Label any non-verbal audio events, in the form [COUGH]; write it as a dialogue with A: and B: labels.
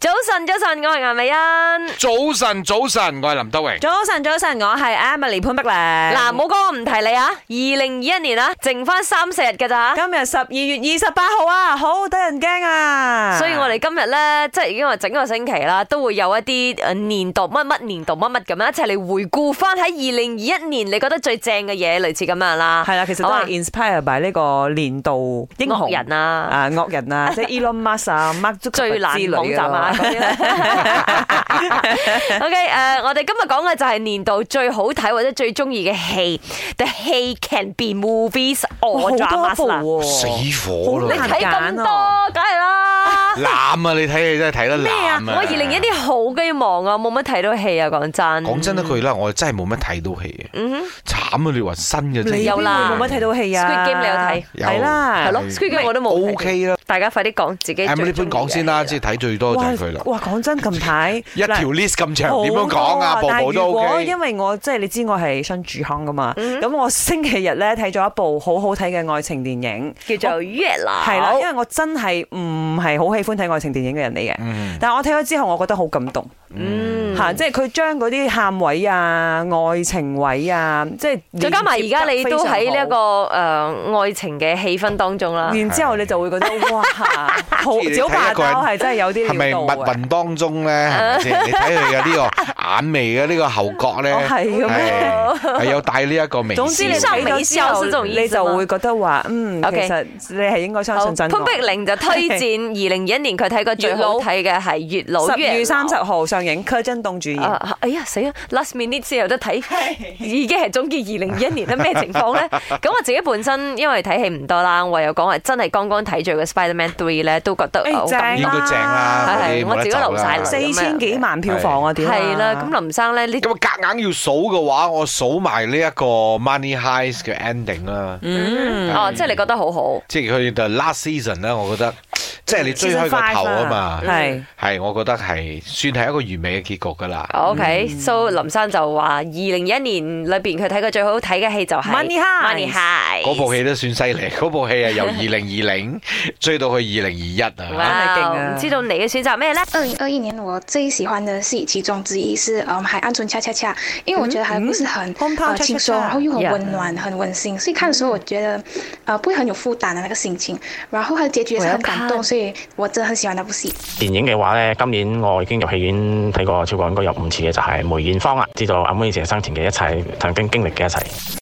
A: 早晨，早晨，我系颜美欣。
B: 早晨，早晨，我系林德荣。
C: 早晨，早晨，我係 Emily 潘碧玲。
A: 嗱，
C: 嗱
A: 唔好讲我唔提你啊！二零二一年啊，剩翻三四日嘅咋，
C: 今日十二月二十八號啊，好得人驚啊！
A: 所以我哋今日咧，即系已经话整个星期啦，都会有一啲诶年度乜乜年度乜乜咁样一齊嚟回顧翻喺二零二一年你覺得最正嘅嘢，類似咁樣啦。
C: 係啦，其實都
A: 好啊
C: 係 inspire by 呢個年度英雄
A: 惡人啊
C: 啊惡
A: [LAUGHS]
C: 人啊，即係 Elon Musk 啊，Mark Zuckerberg
A: 最
C: 之
A: 爛
C: 類
A: 網
C: 嘅
A: 站啊
C: 咯
A: 嗰啲啦 [LAUGHS] OK，誒，我哋今日講嘅就係年度最好睇或者最中意嘅戲，The 戲 can be movies
C: 哇
A: or
C: 好
A: dramas
C: 多
A: 啦。
C: 部啊
B: 死
C: 喎。
B: 火
A: 你
B: 啦！
A: 睇咁多，
C: 哦
A: 梗係
B: [LAUGHS]
A: 啦。
B: 濫啊！你睇你真係睇得
A: 咩啊？
B: 濫
A: 我
B: 啊！
A: 二零一啲好嘅忙啊，冇乜睇到戲啊，講真。
B: 講真一句啦，我真係冇乜睇到戲嘅，
A: 嗯哼
B: 慘啊！你話新嘅真係
C: 你
A: 有啦
C: 邊會冇乜睇到戲啊
A: Squid Game 你有睇
B: 有
C: 係啦
A: 係咯
B: 係
A: ，Squid Game 我都冇睇
B: O K 啦
A: 大家快啲講自己最中意
B: ，Emily
A: 嘅啊
B: 潘講先啦，即係睇最多就
C: 哇
B: 係佢啦。
C: 哇，講真，近排
B: [LAUGHS] 一條
C: 嗱
B: list 咁長，
C: 好
B: 點樣
C: 多
B: 講啊？
C: 但
B: 部
C: 係
B: 部都
C: 如
B: O
C: 果
B: K。
C: 因為我即係你知我係新住康噶嘛，
A: 嗯
C: 咁我星期日咧睇咗一部好好睇嘅愛情電影，
A: 叫做月老。
C: 係啦，因為我真係唔係好喜歡睇愛情電影嘅人嚟嘅，
B: 嗯
C: 但係我睇咗之後，我覺得好感動
A: 嗯
C: 嚇、即係佢將嗰啲喊位啊、愛情位啊，即係
A: 再加埋而家你都喺呢一個
C: 個。
A: 誒愛情嘅氣氛當中啦。
C: 然之後你就會覺得
B: [LAUGHS]
C: 哇，好
B: 即係你
C: 小
B: 睇
C: 霸
B: 一個
C: 道
B: 人
C: 係真係有啲
B: 係咪
C: 料
B: 密
C: 到嘅，
B: 雲當中咧？係
C: [LAUGHS]
B: 咪先？你睇佢嘅呢個眼眉嘅呢個後角咧，
C: 哦係嘅咩
B: 係係有帶呢一個微笑。
C: 總之你
A: 上
C: 睇
A: 微
C: 到之後
A: 笑是這種意思嗎
C: 你就會覺得話，嗯，其
A: OK
C: 實你係應該相
A: 好
C: 信真
A: 潘
C: 愛。
A: 碧玲就推
C: [LAUGHS]
A: 薦二零二一年佢睇過最好睇嘅係月老。
C: 十月
A: 月老
C: 三十號上映，柯震東主演。
A: 啊哎呀死啦！last minute 先有得
C: [LAUGHS]
A: 睇，已經係總結二零二一年啦，咩情況咧？咁我自己本身因為睇戲唔多啦，我又講係真係剛剛睇住嘅 Spider-Man Three 咧，都覺得
C: 哎
A: 好
C: 正
A: 感
C: 啊
B: 應該正啦，嗰
A: 係
B: 啲
A: 係
B: 冇
A: 我
B: 得
A: 自己
B: 走
A: 流晒
B: 啦
A: 淚
C: 四千幾萬票房啊，點啊
A: 係啦，咁林生咧呢
B: 咁啊，夾硬要數嘅話，我數埋呢一個 Money Heist 嘅 ending 啦，
C: 嗯，
A: 哦，即係你覺得好好。
B: 即係佢嘅 last season 啦，我覺得，即係你追開
C: Season five
B: 個頭啊
C: 啊
B: 嘛，
A: 嗯
C: 係
B: 係，我覺得係算係一個完美嘅結局噶啦。
A: OK，so
C: 嗯
A: 林生就話：二零一年裏邊佢睇過最好睇嘅戲就係
C: Money Heist
A: Money Heist
B: 嗰部戲都算犀利，嗰部戲啊由二零二零追到去二零二一啊，
C: 你勁
A: 哇！
C: 啊
A: 唔知道你嘅選擇咩咧？
D: 二零二一年我最喜欢的戏其中之一是嗯《海岸村恰恰恰》，因为我觉得它的故事很、
C: 嗯
D: 呃
C: Hometown
D: 轻
C: Cha Cha Cha
D: 松，然后又很
A: Yeah
D: 温暖、很温馨，所以看的时候我觉得呃不会很有负担的那个心情。然后它的结局也是
C: 我要
D: 很感
C: 看
D: 动，所以我真的很喜欢那部戏。
E: 電影嘅話呢，今年我已經入戲院睇過超過應該有五次嘅，就係梅艷芳啊，知道阿妹謝生前嘅一切，曾經經歷嘅一切。